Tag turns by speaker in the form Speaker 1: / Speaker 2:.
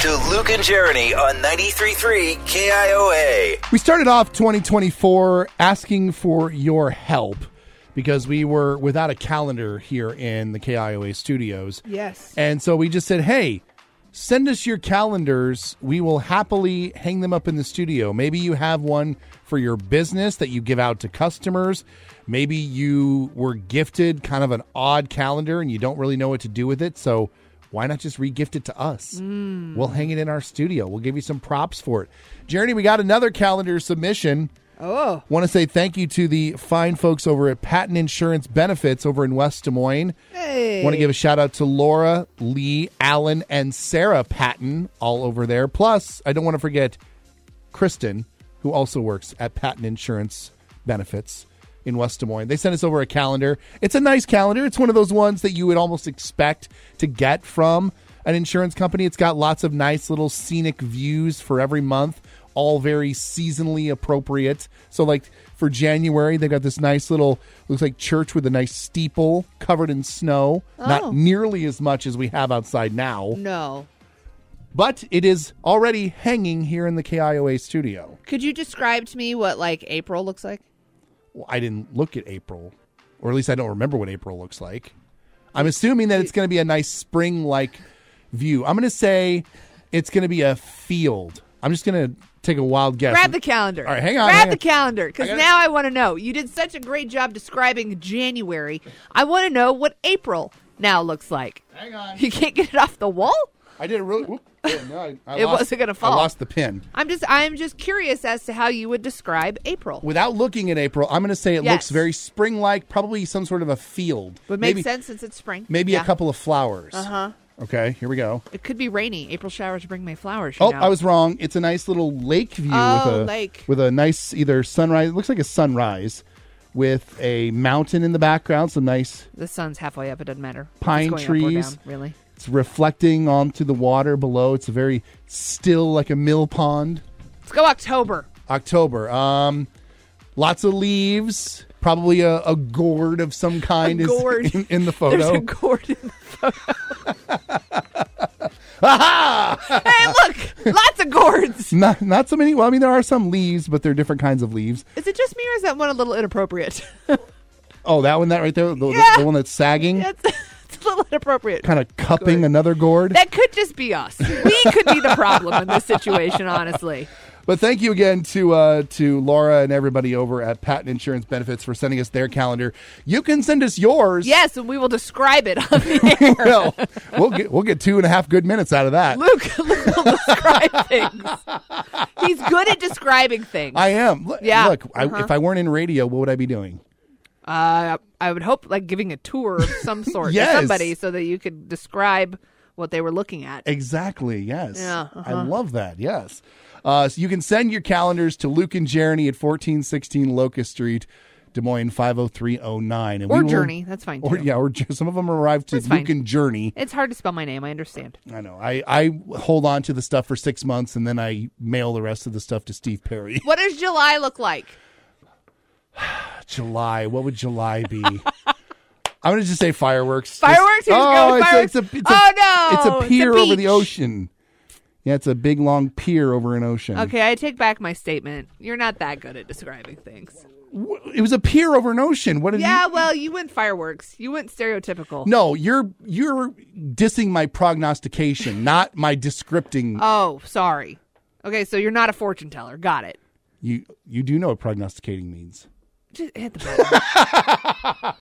Speaker 1: to Luke and Jeremy on 93.3 KIOA.
Speaker 2: We started off 2024 asking for your help because we were without a calendar here in the KIOA studios.
Speaker 3: Yes.
Speaker 2: And so we just said, hey, send us your calendars. We will happily hang them up in the studio. Maybe you have one for your business that you give out to customers. Maybe you were gifted kind of an odd calendar and you don't really know what to do with it. So why not just regift it to us? We'll hang it in our studio. We'll give you some props for it. Jeremy, we got another calendar submission.
Speaker 3: Oh,
Speaker 2: Want to say thank you to the fine folks over at Patent Insurance Benefits over in West Des Moines.
Speaker 3: hey.
Speaker 2: Want to give a shout out to Laura, Lee, Allen, and Sarah Patton all over there. Plus, I don't want to forget Kristen, who also works at Patton Insurance Benefits in West Des Moines. They sent us over a calendar. It's a nice calendar. It's one of those ones that you would almost expect to get from an insurance company. It's got lots of nice little scenic views for every month, all very seasonally appropriate. So, like for January, they've got this nice little, looks like church with a nice steeple covered in snow.
Speaker 3: Oh.
Speaker 2: Not nearly as much as we have outside now,
Speaker 3: no.
Speaker 2: but it is already hanging here in the KIOA studio.
Speaker 3: Could you describe to me what like April looks like?
Speaker 2: Well, I didn't look at April, or at least I don't remember what April looks like. I'm assuming that it's going to be a nice spring like view. I'm going to say it's going to be a field. I'm just going to take a wild guess.
Speaker 3: Grab the calendar.
Speaker 2: All right, hang on,
Speaker 3: Grab
Speaker 2: hang
Speaker 3: the
Speaker 2: on.
Speaker 3: calendar
Speaker 2: I
Speaker 3: because
Speaker 2: gotta-
Speaker 3: now I want to know. You did such a great job describing January. I want to know what April now looks like.
Speaker 2: Hang on.
Speaker 3: You can't get it off the wall.
Speaker 2: I did a really. Whoop. Oh, no, I, I
Speaker 3: It
Speaker 2: lost-
Speaker 3: wasn't gonna
Speaker 2: I
Speaker 3: fall.
Speaker 2: lost the pin.
Speaker 3: I'm just I'm just curious as to how you would describe April.
Speaker 2: Without looking at April, I'm going to say it
Speaker 3: Yes.
Speaker 2: looks very spring like, probably some sort of a field.
Speaker 3: would make
Speaker 2: maybe,
Speaker 3: sense since it's spring.
Speaker 2: Maybe
Speaker 3: Yeah. Uh-huh.
Speaker 2: a couple of flowers. Uh huh. Okay, here we go.
Speaker 3: It could be rainy. April showers bring May flowers. you
Speaker 2: Oh,
Speaker 3: know.
Speaker 2: I was wrong. It's a nice little lake view
Speaker 3: Oh,
Speaker 2: with a
Speaker 3: lake.
Speaker 2: with a nice either sunrise. It looks like a sunrise with a mountain in the background. Some nice.
Speaker 3: The sun's halfway up. It doesn't matter. if it's
Speaker 2: Pine
Speaker 3: going up or
Speaker 2: trees.
Speaker 3: down, really.
Speaker 2: It's reflecting onto the water below. It's a very still, like a mill pond.
Speaker 3: Let's go October.
Speaker 2: October. Um, lots of leaves. Probably a, a gourd of some kind is
Speaker 3: gourd.
Speaker 2: in, in the
Speaker 3: There's
Speaker 2: photo.
Speaker 3: a gourd in the photo. hey, look, lots of gourds.
Speaker 2: not not so many. Well, I mean, there are some leaves, but they're different kinds of leaves.
Speaker 3: Is it just me or is that one a little inappropriate?
Speaker 2: Oh, that one, that right there, the, the-
Speaker 3: Yeah.
Speaker 2: the one that's sagging,
Speaker 3: That's it's a little inappropriate.
Speaker 2: kind of cupping another gourd.
Speaker 3: That could just be us. We could be the problem in this situation, honestly.
Speaker 2: But thank you again to uh, to Laura and everybody over at Patent Insurance Benefits for sending us their calendar. You can send us yours.
Speaker 3: Yes, and we will describe it on the air.
Speaker 2: Well, we'll get we'll get two and a half good minutes out of that.
Speaker 3: Luke, Luke will describe things. He's good at describing things.
Speaker 2: I am. Look,
Speaker 3: Yeah. Uh-huh.
Speaker 2: look I, if I weren't in radio, what would I be doing?
Speaker 3: Uh, I would hope like giving a tour of some sort
Speaker 2: Yes.
Speaker 3: to somebody so that you could describe what they were looking at.
Speaker 2: Exactly. Yes.
Speaker 3: Yeah, uh-huh.
Speaker 2: I love that. Yes. Uh, so you can send your calendars to Luke and Jeremy at fourteen sixteen Locust Street, Des Moines five zero three zero nine,
Speaker 3: Or Journey, that's fine,
Speaker 2: Or
Speaker 3: too.
Speaker 2: yeah, or Jer- some of them arrived to
Speaker 3: That's
Speaker 2: Luke
Speaker 3: fine.
Speaker 2: and Journey.
Speaker 3: It's hard to spell my name, I understand.
Speaker 2: I know. I, I hold on to the stuff for six months and then I mail the rest of the stuff to Steve Perry.
Speaker 3: What does July look like?
Speaker 2: July. What would July be? I'm going to just say fireworks. Just-
Speaker 3: Fireworks? You're just going with
Speaker 2: it's a- It's
Speaker 3: fireworks?
Speaker 2: a, it's a,
Speaker 3: Oh, no.
Speaker 2: It's
Speaker 3: It's
Speaker 2: a
Speaker 3: a
Speaker 2: pier over the
Speaker 3: beach.
Speaker 2: ocean. Yeah, it's a big, long pier over an ocean.
Speaker 3: Okay, I take back my statement. You're not that good at describing things.
Speaker 2: W- It was a pier over an ocean. What did
Speaker 3: Yeah,
Speaker 2: you.
Speaker 3: well, you went fireworks. You went stereotypical.
Speaker 2: No, you're you're dissing my prognostication, not my descripting.
Speaker 3: Oh, sorry. Okay, so you're not a fortune teller. Got it.
Speaker 2: you you do know what prognosticating means.
Speaker 3: Just hit the button.